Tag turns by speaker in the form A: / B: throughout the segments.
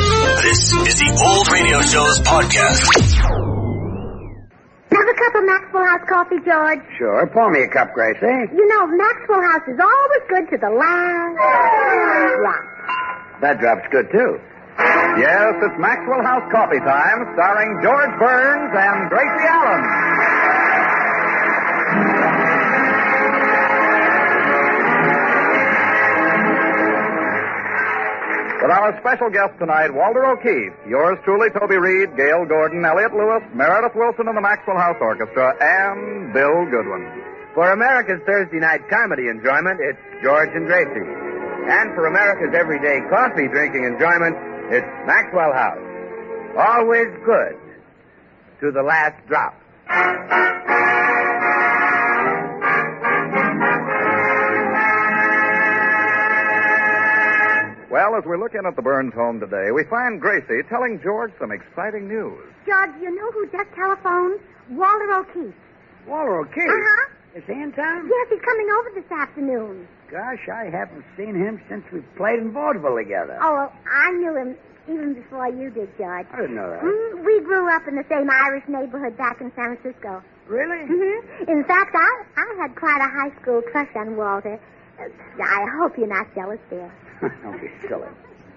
A: This is the Old Radio Show's podcast.
B: Have a cup of Maxwell House coffee, George.
C: Sure. Pour me a cup, Gracie.
B: You know, Maxwell House is always good to the last drop.
C: That drop's good, too. Yes, it's Maxwell House Coffee Time, starring George Burns and Gracie Allen. With our special guest tonight, Walter O'Keefe, yours truly, Toby Reed, Gail Gordon, Elliot Lewis, Meredith Wilson and the Maxwell House Orchestra, and Bill Goodwin.
D: For America's Thursday night comedy enjoyment, it's George and Gracie. And for America's everyday coffee drinking enjoyment, it's Maxwell House. Always good to the last drop.
C: Well, as we look in at the Burns home today, we find Gracie telling George some exciting news.
B: George, you know who just telephoned? Walter O'Keefe.
E: Walter O'Keefe?
B: Uh-huh.
E: Is he in town?
B: Yes, he's coming over this afternoon.
E: Gosh, I haven't seen him since we played in vaudeville together.
B: Oh, well, I knew him even before you did, George.
E: I didn't know that.
B: Mm, we grew up in the same Irish neighborhood back in San Francisco.
E: Really?
B: hmm In fact, I, I had quite a high school crush on Walter. Uh, I hope you're not jealous, dear.
E: Don't be silly.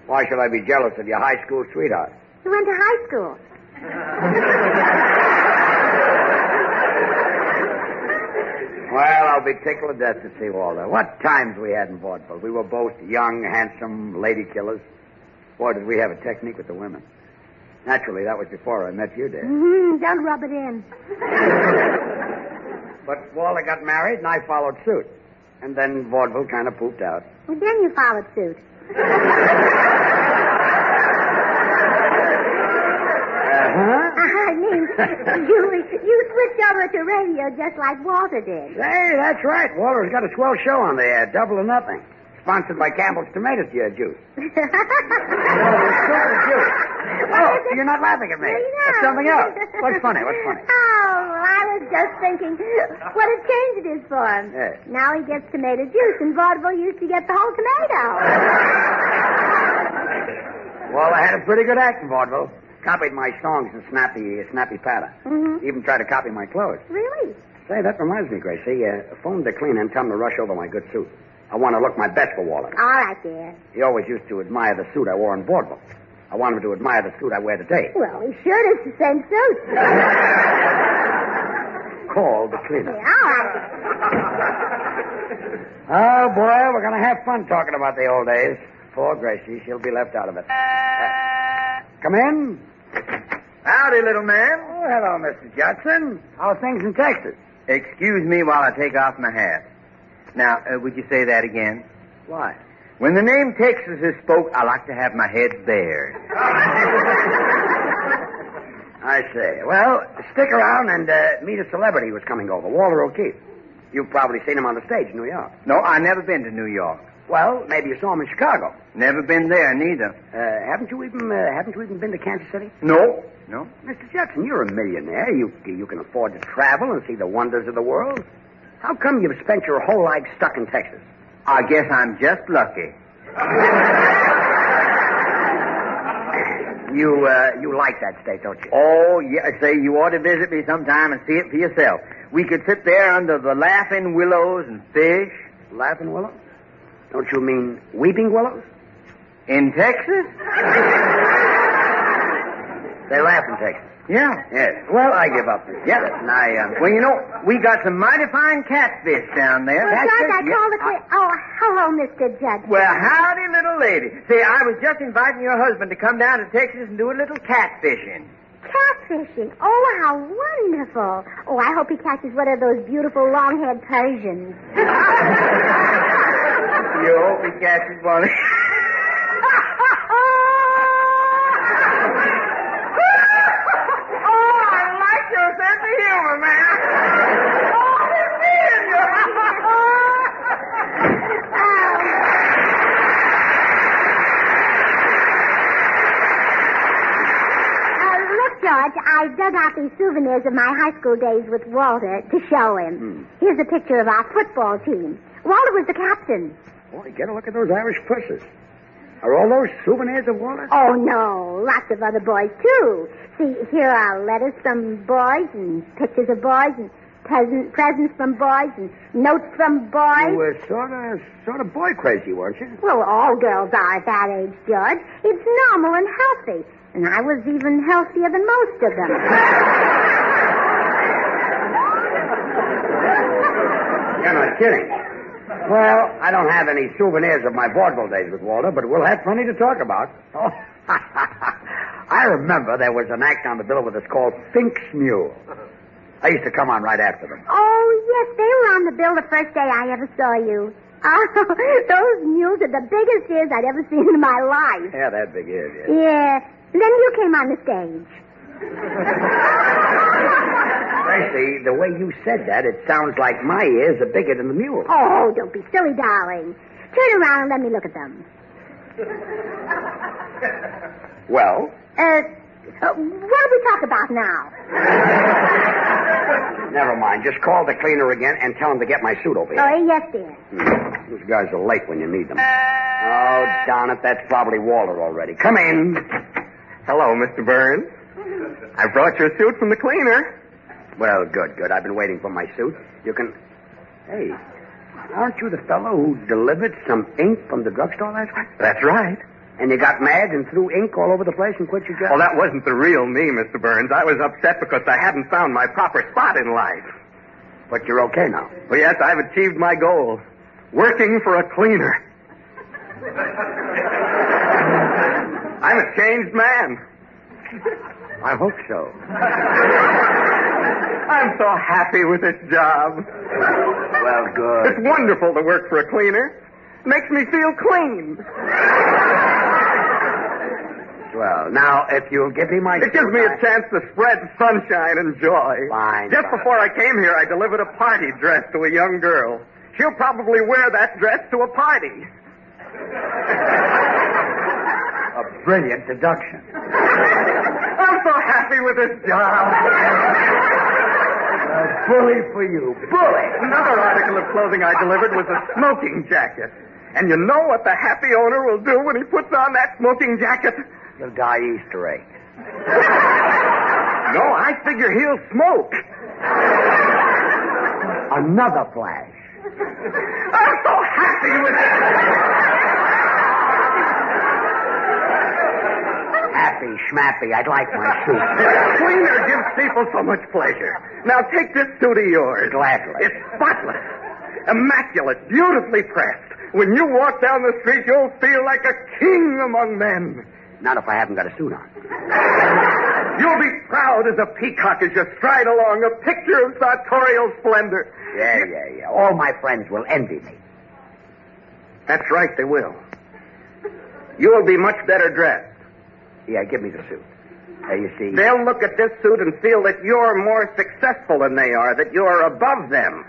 E: Why should I be jealous of your high school sweetheart?
B: You went to high school.
E: Well, I'll be tickled to death to see Walter. What times we had in vaudeville. We were both young, handsome lady killers. Boy, did we have a technique with the women. Naturally, that was before I met you, Dave.
B: Mm, don't rub it in.
E: But Walter got married, and I followed suit. And then vaudeville kind of pooped out.
B: Well, then you followed suit.
E: Uh-huh.
B: I mean, you, you switched over to radio just like Walter did.
E: Hey, that's right. Walter's got a swell show on the air, Double or Nothing. Sponsored by Campbell's Tomato Ju- Juice. Campbell's Tomato Juice. Oh, you're not laughing at me. That's something else. What's funny? What's funny?
B: Oh, I was just thinking what a change it is for him.
E: Yes.
B: Now he gets tomato juice, and vaudeville used to get the whole tomato.
E: Walter had a pretty good act in vaudeville. Copied my songs in snappy, snappy patter.
B: Mhm.
E: Even tried to copy my clothes.
B: Really?
E: Say, that reminds me, Gracie. Uh, phone the cleaner and tell him to rush over my good suit. I want to look my best for Walter.
B: All right, dear.
E: He always used to admire the suit I wore in vaudeville. I want him to admire the suit I wear today.
B: Well, he sure is the same suit.
E: Call the cleaner.
B: Yeah, all right.
E: Oh, boy, we're going to have fun talking about the old days. Poor Gracie, she'll be left out of it. Uh, come in.
D: Howdy, little man.
E: Oh, hello, Mr. Judson. How are things in Texas?
D: Excuse me while I take off my hat. Now, uh, would you say that again?
E: Why?
D: When the name Texas is spoke, I like to have my head bared.
E: I say. Well, stick around and uh, meet a celebrity who's coming over, Walter O'Keefe. You've probably seen him on the stage in New York.
D: No, I never been to New York.
E: Well, maybe you saw him in Chicago.
D: Never been there neither.
E: Uh, haven't you even uh, haven't you even been to Kansas City?
D: No. No.
E: Mr. Judson, you're a millionaire. You you can afford to travel and see the wonders of the world. How come you've spent your whole life stuck in Texas?
D: I guess I'm just lucky.
E: You uh, you like that state, don't you?
D: Oh, yeah. Say, you ought to visit me sometime and see it for yourself. We could sit there under the laughing willows and fish.
E: Laughing willows? Don't you mean weeping willows?
D: In Texas?
E: They laugh in Texas.
D: Yeah.
E: Yes. Well, I give up. Mr.
D: Yeah.
E: Judson. I um,
D: Well, you know, we got some mighty fine catfish down there.
B: Well, George, I
D: yeah.
B: called the clean. Oh, hello, Mr. Judson.
D: Well, howdy, little lady. Say, I was just inviting your husband to come down to Texas and do a little catfishing.
B: Catfishing. Oh, how wonderful. Oh, I hope he catches one of those beautiful long-haired Persians.
D: You hope he catches one. oh, I like your sense of humor, man.
B: Uh, look, George, I dug out these souvenirs of my high school days with Walter to show him. Here's a picture of our football team. Walter was the captain.
E: boy, get a look at those Irish pussies. Are all those souvenirs of Walter?
B: Oh, no. Lots of other boys, too. See, here are letters from boys and pictures of boys and present, presents from boys and notes from boys.
E: You were sort of, sort of boy crazy, weren't you?
B: Well, all girls are at that age, George. It's normal and healthy. And I was even healthier than most of them.
E: You're not kidding. Well, I don't have any souvenirs of my vaudeville days with Walter, but we'll have plenty to talk about. Oh, I remember there was an act on the bill with us called Fink's Mule. I used to come on right after them.
B: Oh, yes, they were on the bill the first day I ever saw you. Oh, those mules are the biggest ears I'd ever seen in my life.
E: Yeah, that big ears, yeah.
B: Yeah. Then you came on the stage.
E: Tracy, the way you said that, it sounds like my ears are bigger than the mule.
B: Oh, don't be silly, darling. Turn around and let me look at them.
E: Well,
B: Uh, uh what do we talk about now?
E: never mind. Just call the cleaner again and tell him to get my suit over here.
B: Oh, yes, dear.
E: Hmm. These guys are late when you need them. Oh, darn it, that's probably Walter already. Come in.
C: Hello, Mr. Burns. I brought your suit from the cleaner.
E: Well, good, good. I've been waiting for my suit. You can. Hey, aren't you the fellow who delivered some ink from the drugstore last week?
C: That's right.
E: And you got mad and threw ink all over the place and quit your job?
C: Well, that wasn't the real me, Mr. Burns. I was upset because I hadn't found my proper spot in life.
E: But you're okay now.
C: Well, yes, I've achieved my goal. Working for a cleaner. I'm a changed man.
E: I hope so.
C: I'm so happy with this job.
E: Well, good.
C: It's wonderful to work for a cleaner. Makes me feel clean.
E: Well, now, if you'll give me my
C: It gives me a chance to spread sunshine and joy.
E: Fine,
C: Just
E: fine.
C: before I came here, I delivered a party dress to a young girl. She'll probably wear that dress to a party.
E: A brilliant deduction.
C: I'm so happy with this job.
E: A bully for you.
C: Bully! Another article of clothing I delivered was a smoking jacket. And you know what the happy owner will do when he puts on that smoking jacket?
E: You'll die Easter egg.
C: No, I figure he'll smoke.
E: Another flash.
C: I'm so happy with it.
E: Happy schmappy, I'd like my suit.
C: The cleaner gives people so much pleasure. Now take this suit of yours.
E: Gladly.
C: It's spotless, immaculate, beautifully pressed. When you walk down the street, you'll feel like a king among men.
E: Not if I haven't got a suit on.
C: You'll be proud as a peacock as you stride along, a picture of sartorial splendor.
E: Yeah, yeah, yeah. All my friends will envy me.
C: That's right, they will. You'll be much better dressed.
E: Yeah, give me the suit. There you see.
C: They'll look at this suit and feel that you're more successful than they are, that you're above them.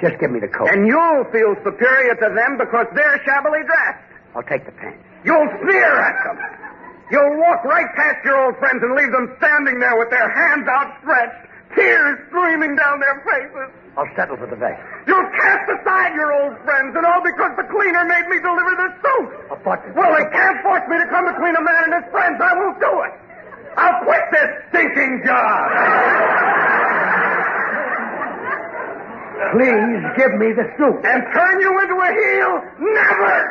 E: Just give me the coat.
C: And you'll feel superior to them because they're shabbily dressed.
E: I'll take the pants.
C: You'll sneer at them. You'll walk right past your old friends and leave them standing there with their hands outstretched, tears streaming down their faces.
E: I'll settle for the vest.
C: You'll cast aside your old friends, and all because the cleaner made me deliver this suit.
E: A button.
C: Well, they can't force me to come between a man and his friends. I won't do it. I'll quit this stinking job.
E: Please give me the suit.
C: And turn you into a heel? Never!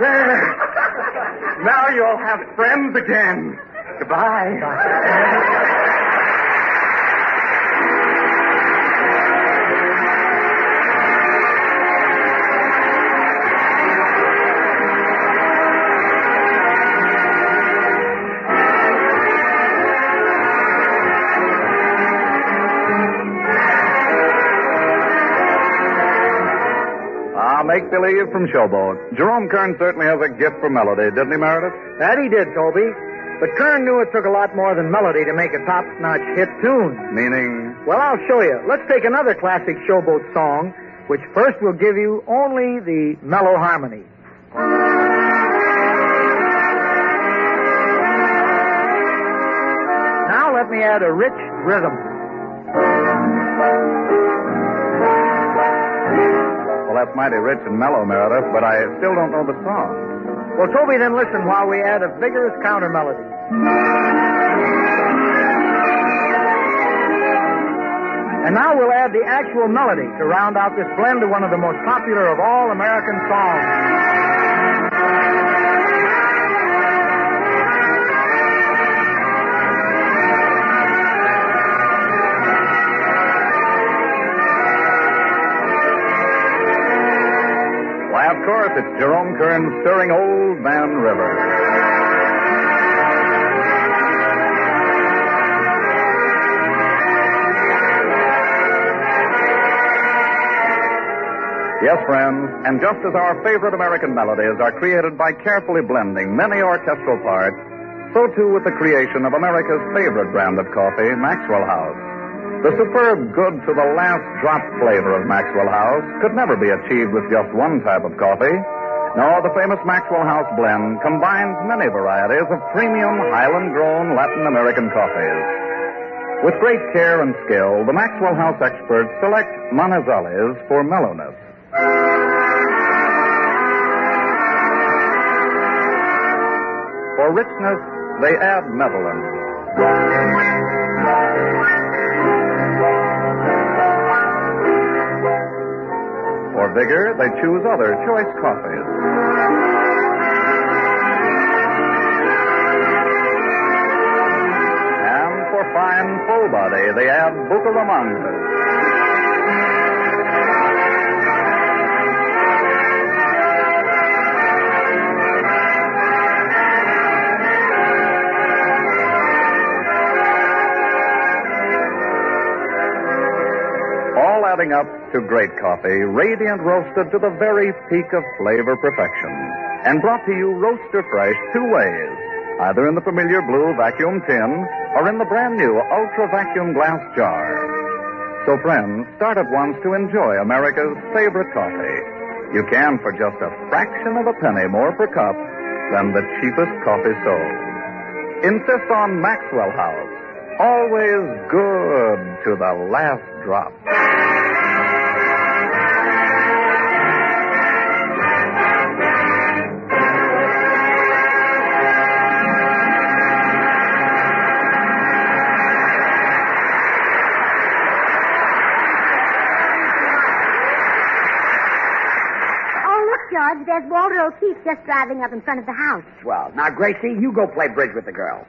C: there. Now you'll have friends again. Goodbye.
F: Ah, make believe from Showboat. Jerome Kern certainly has a gift for melody, didn't he, Meredith?
D: That he did, Toby. But Kern knew it took a lot more than melody to make a top-notch hit tune.
F: Meaning,
D: Well, I'll show you. Let's take another classic showboat song, which first will give you only the mellow harmony. Now let me add a rich rhythm.
F: well,
C: that's mighty rich and mellow, Meredith, but I still don't know the song.
G: Well, Toby, then listen while we add a vigorous counter melody. And now we'll add the actual melody to round out this blend of one of the most popular of all American songs.
C: Why, of course, it's Jerome Kern's stirring Old Man River. Yes, friends, and just as our favorite American melodies are created by carefully blending many orchestral parts, so too with the creation of America's favorite brand of coffee, Maxwell House. The superb good to the last drop flavor of Maxwell House could never be achieved with just one type of coffee. No, the famous Maxwell House blend combines many varieties of premium highland grown Latin American coffees. With great care and skill, the Maxwell House experts select Manizales for mellowness. For richness, they add mellowness. For vigor, they choose other choice coffees. And for fine full body, they add Bucaramanga. All adding up to great coffee, radiant roasted to the very peak of flavor perfection, and brought to you roaster fresh two ways, either in the familiar blue vacuum tin or in the brand new ultra vacuum glass jar. So friends, start at once to enjoy America's favorite coffee. You can for just a fraction of a penny more per cup than the cheapest coffee sold. Insist on Maxwell House. Always good to the last drop.
B: Oh, George, there's Walter O'Keefe just driving up in front of the house.
E: Well, now, Gracie, you go play bridge with the girl.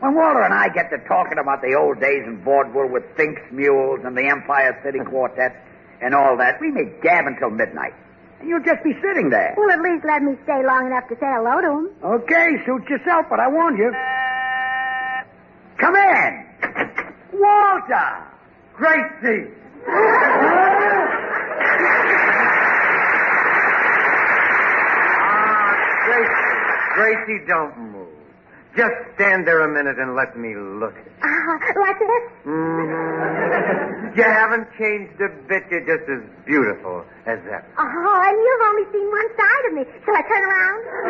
E: When Walter and I get to talking about the old days in vaudeville with Fink's Mules and the Empire City Quartet and all that, we may gab until midnight. And you'll just be sitting there.
B: Well, at least let me stay long enough to say hello to him.
E: Okay, suit yourself, but I warn you. Come in! Walter! Gracie!
D: Ah, Gracie, don't move. Just stand there a minute and let me look at you.
B: Uh, like this?
D: Mhm. you haven't changed a bit. You're just as beautiful as ever.
B: Oh, and you've only seen one side of me. Shall I turn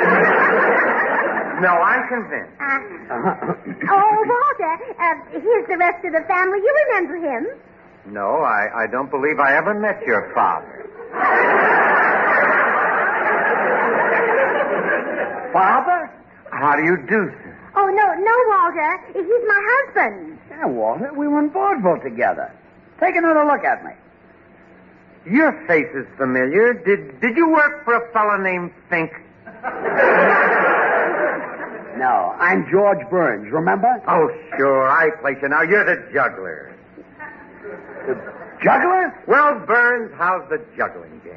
B: around?
D: No, I'm convinced.
B: Uh, oh, Walter, uh, here's the rest of the family. You remember him.
D: No, I, I don't believe I ever met your father.
E: Father?
D: How do you do, sir?
B: Oh, no, no, Walter. He's my husband.
E: Yeah, Walter, we were in vaudeville together. Take another look at me.
D: Your face is familiar. Did did you work for a fellow named Fink?
E: No, I'm George Burns, remember?
D: Oh, sure, I place you now. You're the juggler.
E: Juggler?
D: Well, Burns, how's the juggling game?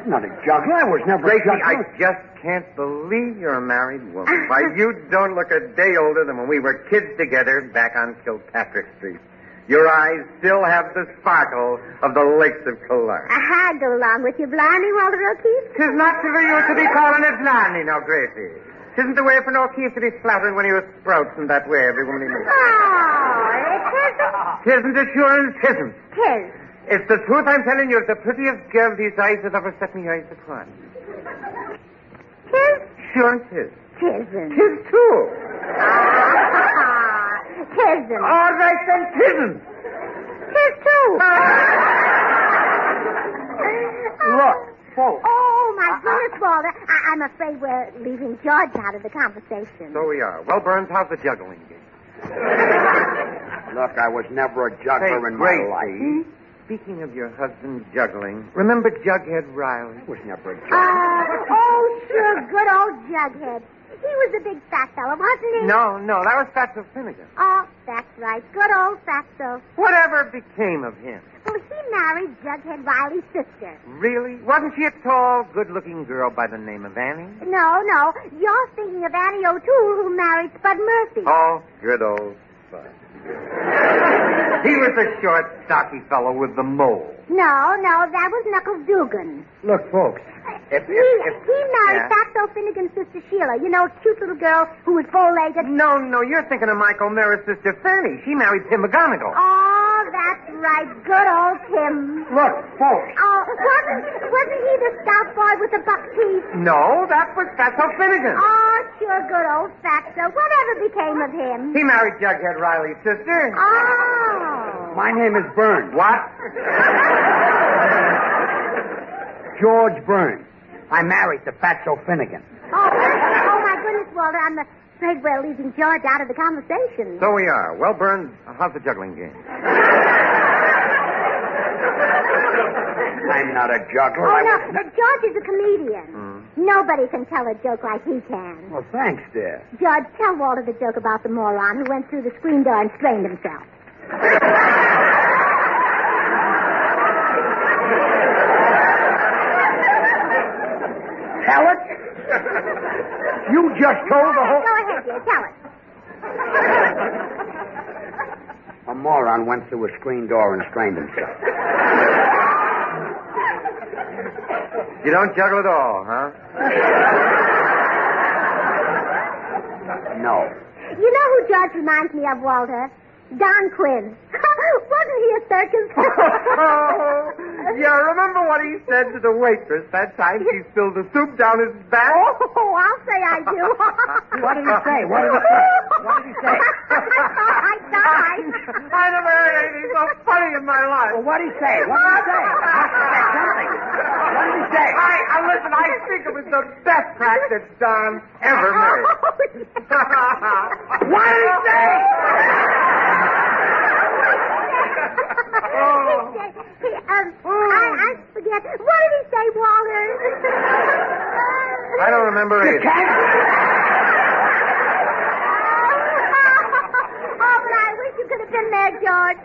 E: I'm not a juggler. I was never
D: Gracie,
E: a juggler.
D: I just can't believe you're a married woman. Why, you don't look a day older than when we were kids together back on Kilpatrick Street. Your eyes still have the sparkle of the lakes of Killarney.
B: Aha, go along with you, blimey, Walter O'Keefe.
D: Tis not for you to be calling it blimey, now, Gracie. Tisn't the way for an O'Keefe to be flattering when he was sprouting that way every woman he meets.
B: Oh, it
D: Tisn't it sure and tisn't.
B: isn't. Tis.
D: It's the truth I'm telling you. It's the prettiest girl these eyes have ever set me eyes upon.
B: Tis.
D: Sure and tis.
B: Tisn't.
D: Tis too.
B: Ah, Tisn't.
D: All right, then tisn't.
B: Tis too.
E: Look,
D: folks.
B: Oh, my goodness, Walter. I- I'm afraid we're leaving George out of the conversation. Oh,
D: So we are. Well, Burns, how's the juggling game?
E: Look, I was never a juggler in my life.
D: hmm? Speaking of your husband juggling, remember Jughead Riley?
E: I was never a
B: Uh,
E: juggler.
B: oh, sure, good old Jughead. He was a big fat fellow, wasn't he?
D: No, no, that was Fatso Finnegan.
B: Oh, that's right. Good old Fatso.
D: Whatever became of him?
B: Well, he married Jughead Riley's sister.
D: Really? Wasn't she a tall, good-looking girl by the name of Annie?
B: No, no. You're thinking of Annie O'Toole, who married Spud Murphy.
D: Oh, good old Spud. he was a short, stocky fellow with the mole.
B: No, no, that was Knuckles Dugan.
H: Look, folks,
D: If- if-
B: he,
D: if-
B: he married
D: yeah.
B: Fatso Finnegan's sister Sheila. You know, cute little girl who was four-legged.
D: No, no, you're thinking of Mike O'Mara's sister Fanny. She married Tim McGonigal.
B: Oh, that's right. Good old Tim.
H: look, folks.
B: Oh, wasn't, wasn't he the stout boy with the buck teeth?
D: No, that was Fatso Finnegan.
B: Oh, sure, good old Fatso. Whatever became of him?
D: He married Jughead Riley's sister.
B: Oh.
E: My name is Burns.
D: What?
E: George Burns. I married the Fatso Finnegan.
B: Oh, oh my goodness, Walter. I'm afraid we're leaving George out of the conversation.
D: So we are. Well, Burns, how's the juggling game?
E: I'm not a juggler.
B: Oh,
E: I
B: no.
E: was
B: uh, George is a comedian. Nobody can tell a joke like he can.
E: Hmm. Well, thanks, dear.
B: George, tell Walter the joke about the moron who went through the screen door and strained himself.
E: Tell it. You just told Oh, the whole.
B: Go ahead, dear. Tell it.
E: A moron went through a screen door and strained himself.
D: You don't juggle at all, huh?
E: No.
B: You know who George reminds me of, Walter? Don Quinn. Wasn't he a circus?
D: oh, yeah, remember what he said to the waitress that time she spilled the soup down his back?
B: Oh, I'll say I do.
E: What did he say? What did he say? What did he say?
B: I died.
D: I never heard anything so funny in my life.
E: Well, what did he say? What did he say? Something. What did he say?
D: I, I listen, I think it was the best practice Don ever made.
E: Oh, What did he say?
D: Oh.
B: He, said- he, um, I, I forget. What did he say, Walter?
D: I don't remember
E: You
D: either.
E: can't.
B: oh, but I wish you could have been there, George.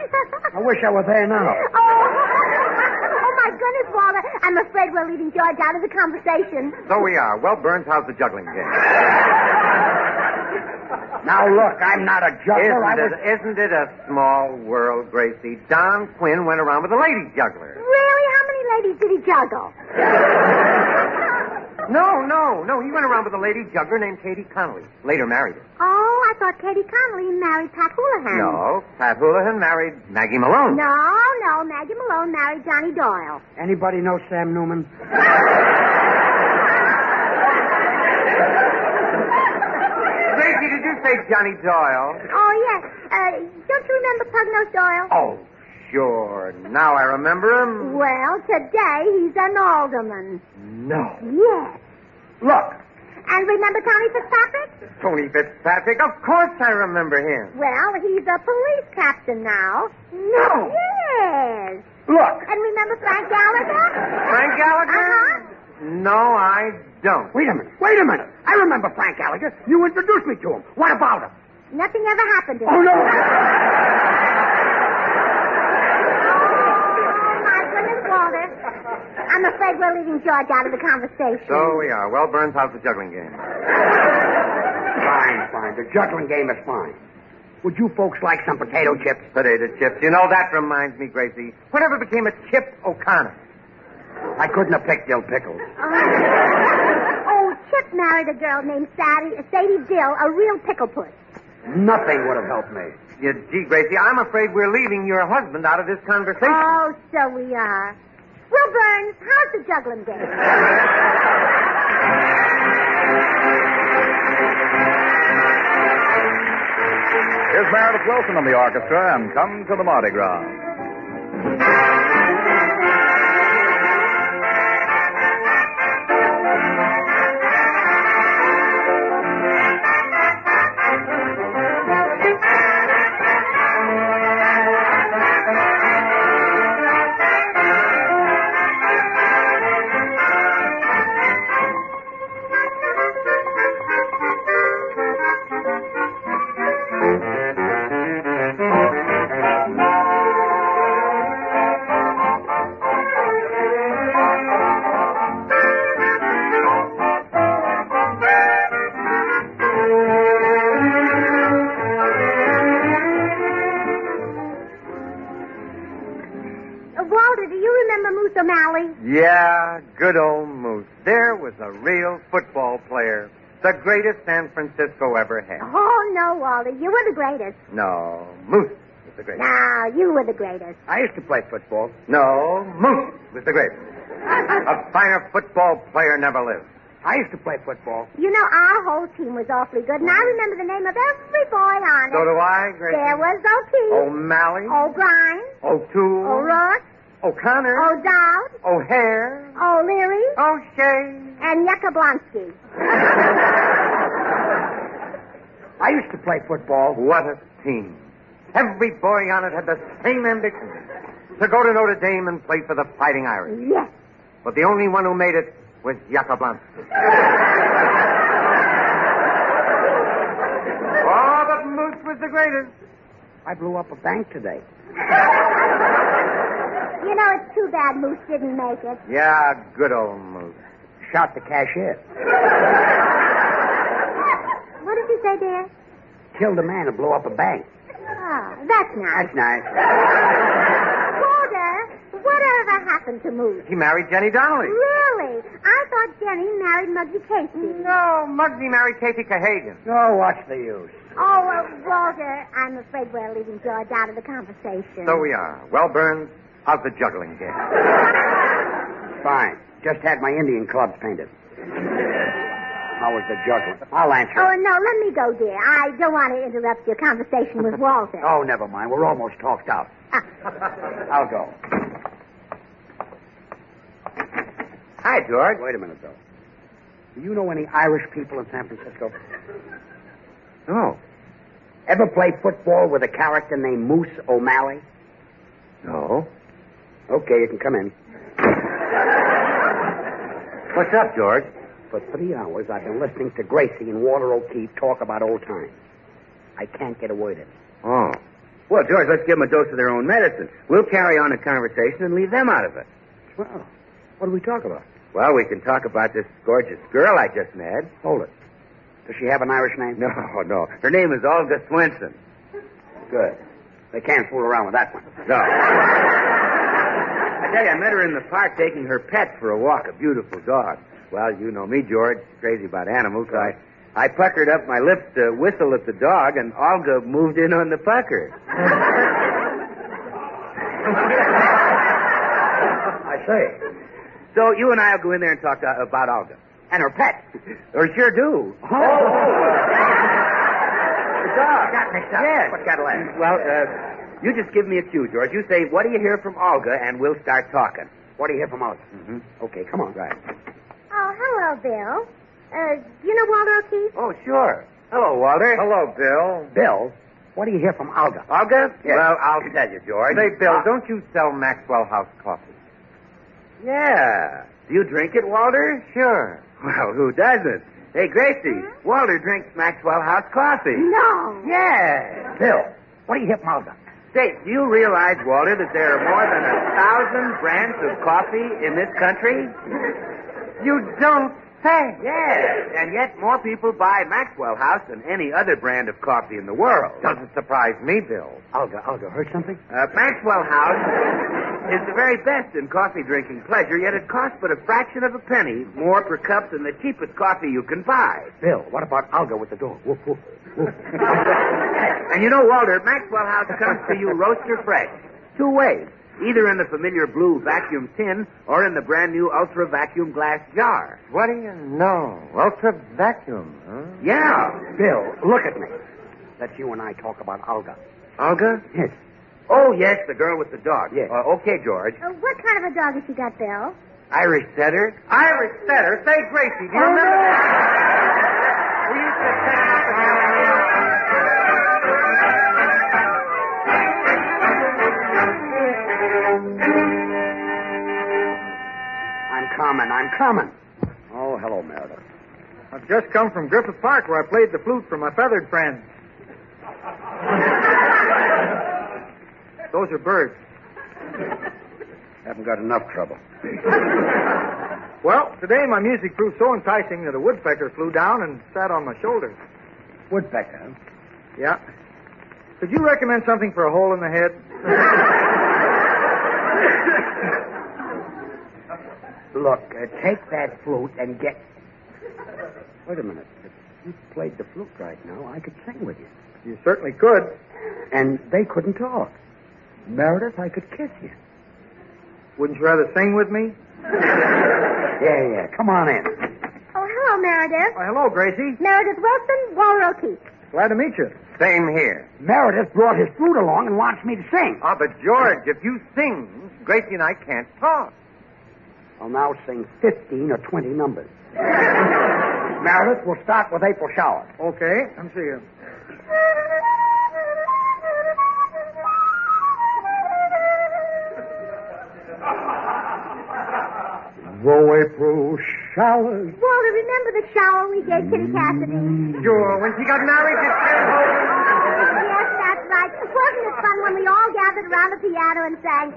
E: I wish I were there now.
B: oh. oh, my goodness, Walter. I'm afraid we're leaving George out of the conversation.
D: So we are. Well, Burns, how's the juggling game?
E: Now look, I'm not a juggler.
D: Isn't,
E: I was.
D: it, isn't it a small world, Gracie? Don Quinn went around with a lady juggler.
B: Really? How many ladies did he juggle?
D: No, no, no. He went around with a lady juggler named Katie Connolly. Later married her.
B: Oh, I thought Katie Connolly married Pat
E: Hmm.
B: Houlihan.
D: No, Pat Houlihan married Maggie Malone.
B: No, no. Maggie Malone married Johnny Doyle.
E: Anybody know Sam Newman?
D: Gracie, did you say Johnny Doyle?
B: Oh, yes. Uh, don't you remember Pug Nose Doyle?
D: Oh, sure. Now I remember him.
B: Well, today he's an alderman.
D: No.
B: Yes.
D: Look,
B: And remember Tommy Fitzpatrick?
D: Tony Fitzpatrick. Of course I remember him.
B: Well, he's a police captain now.
D: No.
B: Yes.
E: Look.
B: And remember Frank Gallagher?
D: Frank Gallagher?
B: Uh-huh.
D: No, I don't.
E: Wait a minute. Wait a minute. I remember Frank Gallagher. You introduced me to him. What about him?
B: Nothing ever happened to him.
E: Oh no.
B: Oh, my goodness, Walter. I'm afraid we're leaving George out of the conversation.
D: So we are. Well, Burns, how's the juggling game?
E: Fine, fine. The juggling game is fine. Would you folks like some potato chips?
D: Potato chips. You know, that reminds me, Gracie. Whatever became of Chip O'Connor?
E: I couldn't have picked dill pickles.
B: Oh, Chip married a girl named Sadie, Sadie Dill, a real pickle puss.
E: Nothing would have helped me.
D: Yeah, gee, Gracie, I'm afraid we're leaving your husband out of this conversation.
B: Oh, so we are. Well, Burns, how's the juggling game?
C: Here's Meredith Wilson and the orchestra, and come to the Mardi Gras.
B: Thank Uh,
I: good old Moose. There was a real football player. The greatest San Francisco ever had.
B: Oh, no, Walter. You were the greatest.
I: No, Moose was the greatest.
B: No, you were the greatest.
E: I used to play football.
I: No, Moose was the greatest. A finer football player never lived.
E: I used to play football.
B: You know, our whole team was awfully good, and I remember the name of every boy on
I: So
B: it.
I: do I, Gracie.
B: There was O'Keefe,
I: O'Malley,
B: O'Brien,
I: O'Toole,
B: O'Rourke,
I: O'Connor,
B: O'Dowd,
I: O'Hare,
B: O'Leary,
I: O'Shea.
B: and Yekablonsky.
E: I used to play football.
I: What a team. Every boy on it had the same ambition to go to Notre Dame and play for the Fighting Irish.
B: Yes.
I: But the only one who made it was Yakoblonsky. oh, but Moose was the greatest.
E: I blew up a bank today.
B: You know, it's too bad Moose didn't make it.
I: Yeah, good old Moose.
E: Shot the cashier.
B: What did you say, dear?
E: Killed a man and blew up a bank.
B: Oh, that's nice.
E: That's nice.
B: Walter, whatever happened to Moose?
I: He married Jenny Donnelly.
B: Really? I thought Jenny married Muggsy Casey.
I: No, Muggsy married Casey Cahagan.
E: No, what's the use?
B: Oh, well, Walter, I'm afraid we're leaving George out of the conversation.
I: So we are. Well, Burns, how's the juggling game?
E: Fine. Just had my Indian clubs painted. How was the juggling? I'll answer.
B: Oh,
E: it.
B: no, let me go, dear. I don't want to interrupt your conversation with Walter.
E: Oh, never mind. We're almost talked out. I'll go.
I: Hi, George.
E: Wait a minute, though. Do you know any Irish people in San Francisco?
D: Oh,
I: No.
E: Ever play football with a character named Moose O'Malley?
I: No.
E: Okay, you can come in.
I: What's up, George?
E: For three hours, I've been listening to Gracie and Walter O'Keefe talk about old times. I can't get a word in.
I: Oh.
D: Well, George, let's give them a dose of their own medicine. We'll carry on the conversation and leave them out of it.
E: Well, what do we talk about?
D: Well, we can talk about this gorgeous girl I just met.
E: Hold it. Does she have an Irish name?
D: No, no. Her name is Olga Swenson.
E: Good. They can't fool around with that one.
D: No. I tell you, I met her in the park taking her pet for a walk, a beautiful dog. Well, you know me, George, crazy about animals. So I, I puckered up my lips to whistle at the dog, and Olga moved in on the pucker.
E: I say.
D: So you and I'll go in there and talk uh, about Olga.
E: And her pet.
D: Or sure do.
E: Oh. the dog. Got mixed up.
D: Yes.
E: What got last?
D: Well, uh, you just give me a cue, George. You say, what do you hear from Olga, and we'll start talking.
E: What do you hear from Olga?
D: Mhm.
E: Okay, come on.
D: Right.
B: Oh, hello, Bill. Uh, you know Walter O'Keefe?
D: Oh, sure. Hello, Walter.
I: Hello, Bill.
E: Bill, what do you hear from Olga?
I: Olga?
D: Well, I'll tell you, George.
I: Say, Bill,
D: Uh,
I: don't you sell Maxwell House coffee?
D: Yeah. Do you drink it, Walter?
I: Sure.
D: Well, who doesn't? Hey, Gracie, Walter drinks Maxwell House coffee.
B: No.
D: Yeah.
E: Bill, what do you hear from Olga?
D: Say, do you realize, Walter, that there are more than a thousand brands of coffee in this country?
I: You don't say.
D: Yes. And yet more people buy Maxwell House than any other brand of coffee in the world.
I: Doesn't surprise me, Bill.
E: Olga, Olga, heard something?
D: Uh, Maxwell House is the very best in coffee drinking pleasure, yet it costs but a fraction of a penny more per cup than the cheapest coffee you can buy.
E: Bill, what about Olga with the dog? Woof, woof, woof.
D: And you know, Walter, Maxwell House comes to you roaster fresh. Two ways. Either in the familiar blue vacuum tin or in the brand new ultra vacuum glass jar.
I: What do you know? Ultra vacuum, huh?
D: Yeah.
E: Bill, look at me. Let's you and I talk about Olga.
I: Olga?
E: Yes.
D: Oh, yes, the girl with the dog.
E: Yes.
D: Uh, okay, George.
B: Uh, what kind of a dog has she got, Bill?
D: Irish setter.
I: Irish setter. Say, Gracie, do you remember that? We used to set up and have a meal.
E: I'm coming. I'm coming. Oh, hello, Meredith.
G: I've just come from Griffith Park where I played the flute for my feathered friends. Those are birds.
E: Haven't got enough trouble.
G: Well, today my music proved so enticing that a woodpecker flew down and sat on my shoulder.
E: Woodpecker. huh?
G: Yeah. Could you recommend something for a hole in the head?
E: Look, uh, take that flute and get. Wait a minute. If you played the flute right now, I could sing with you.
G: You certainly could.
E: And they couldn't talk. Meredith, I could kiss you.
G: Wouldn't you rather sing with me?
E: Yeah, yeah. Come on in.
B: Oh, hello, Meredith.
G: Why, hello, Gracie.
B: Meredith Wilson, Walter O'Keefe.
G: Glad to meet you.
D: Same here.
E: Meredith brought his flute along and wants me to sing.
D: Ah, but George, if you sing, Gracie and I can't talk.
E: I'll now sing 15 or 20 numbers. Meredith, we'll start with April Shower.
G: Okay, I'm seeing you.
E: Though April showers
B: Walter, remember the shower we gave Kitty Cassidy?
I: Sure, when she got married to Ken Hogan.
B: Yes, that's right. Wasn't it fun when we all gathered around the piano and sang,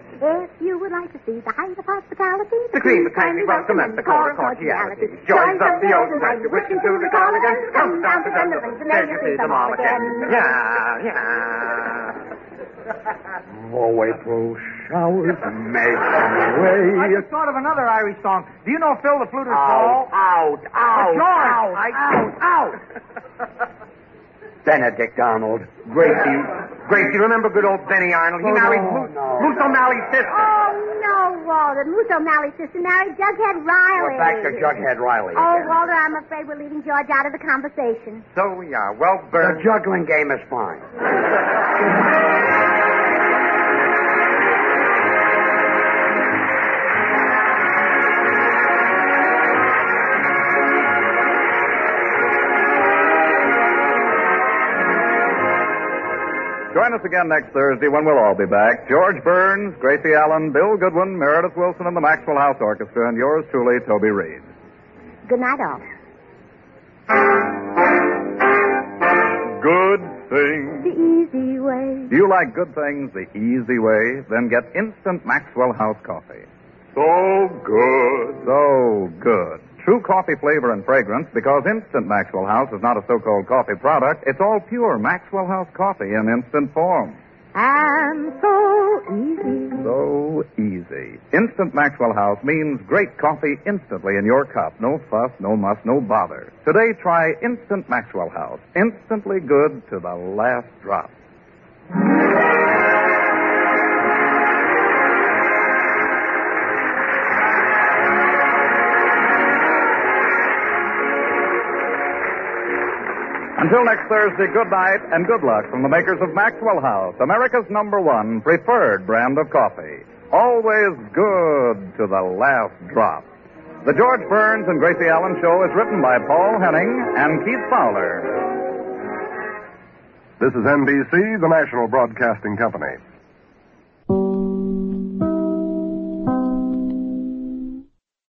B: If you would like to see the height of hospitality,
D: The cream of kindly welcome and the core of cordiality. Joins up the old
B: and
D: master, wishes to the call again. Comes down to them, and there you see them all again. Yeah, yeah.
E: Oh, April showers make
G: I just thought of another Irish song. Do you know Phil the Fluter's Fall?
D: Oh,
E: Out, out, out,
G: George,
E: out,
G: I-
E: out, out. Benedict Arnold, Gracie.
D: Grace, you remember good old Benny Arnold? He
E: Oh,
D: married
E: no,
D: Moose,
E: no,
D: Moose
E: no.
D: O'Malley's sister.
B: Oh, no, Walter. Moose O'Malley's sister married Jughead Riley.
E: We're back to Jughead Riley
B: Oh,
E: again.
B: Walter, I'm afraid we're leaving George out of the conversation.
D: So we are. Well,
E: The
D: Bert.
E: juggling game is fine.
C: Join us again next Thursday when we'll all be back. George Burns, Gracie Allen, Bill Goodwin, Meredith Wilson, and the Maxwell House Orchestra, and yours truly, Toby Reed.
B: Good night, all.
C: Good thing.
B: The easy way.
C: Do you like good things the easy way? Then get instant Maxwell House coffee. So good. So good. True coffee flavor and fragrance because Instant Maxwell House is not a so called coffee product. It's all pure Maxwell House coffee in instant form.
B: And so easy.
C: So easy. Instant Maxwell House means great coffee instantly in your cup. No fuss, no muss, no bother. Today, try Instant Maxwell House. Instantly good to the last drop. Until next Thursday, good night and good luck from the makers of Maxwell House, America's number one preferred brand of coffee. Always good to the last drop. The George Burns and Gracie Allen Show is written by Paul Henning and Keith Fowler.
J: This is NBC, the national broadcasting company.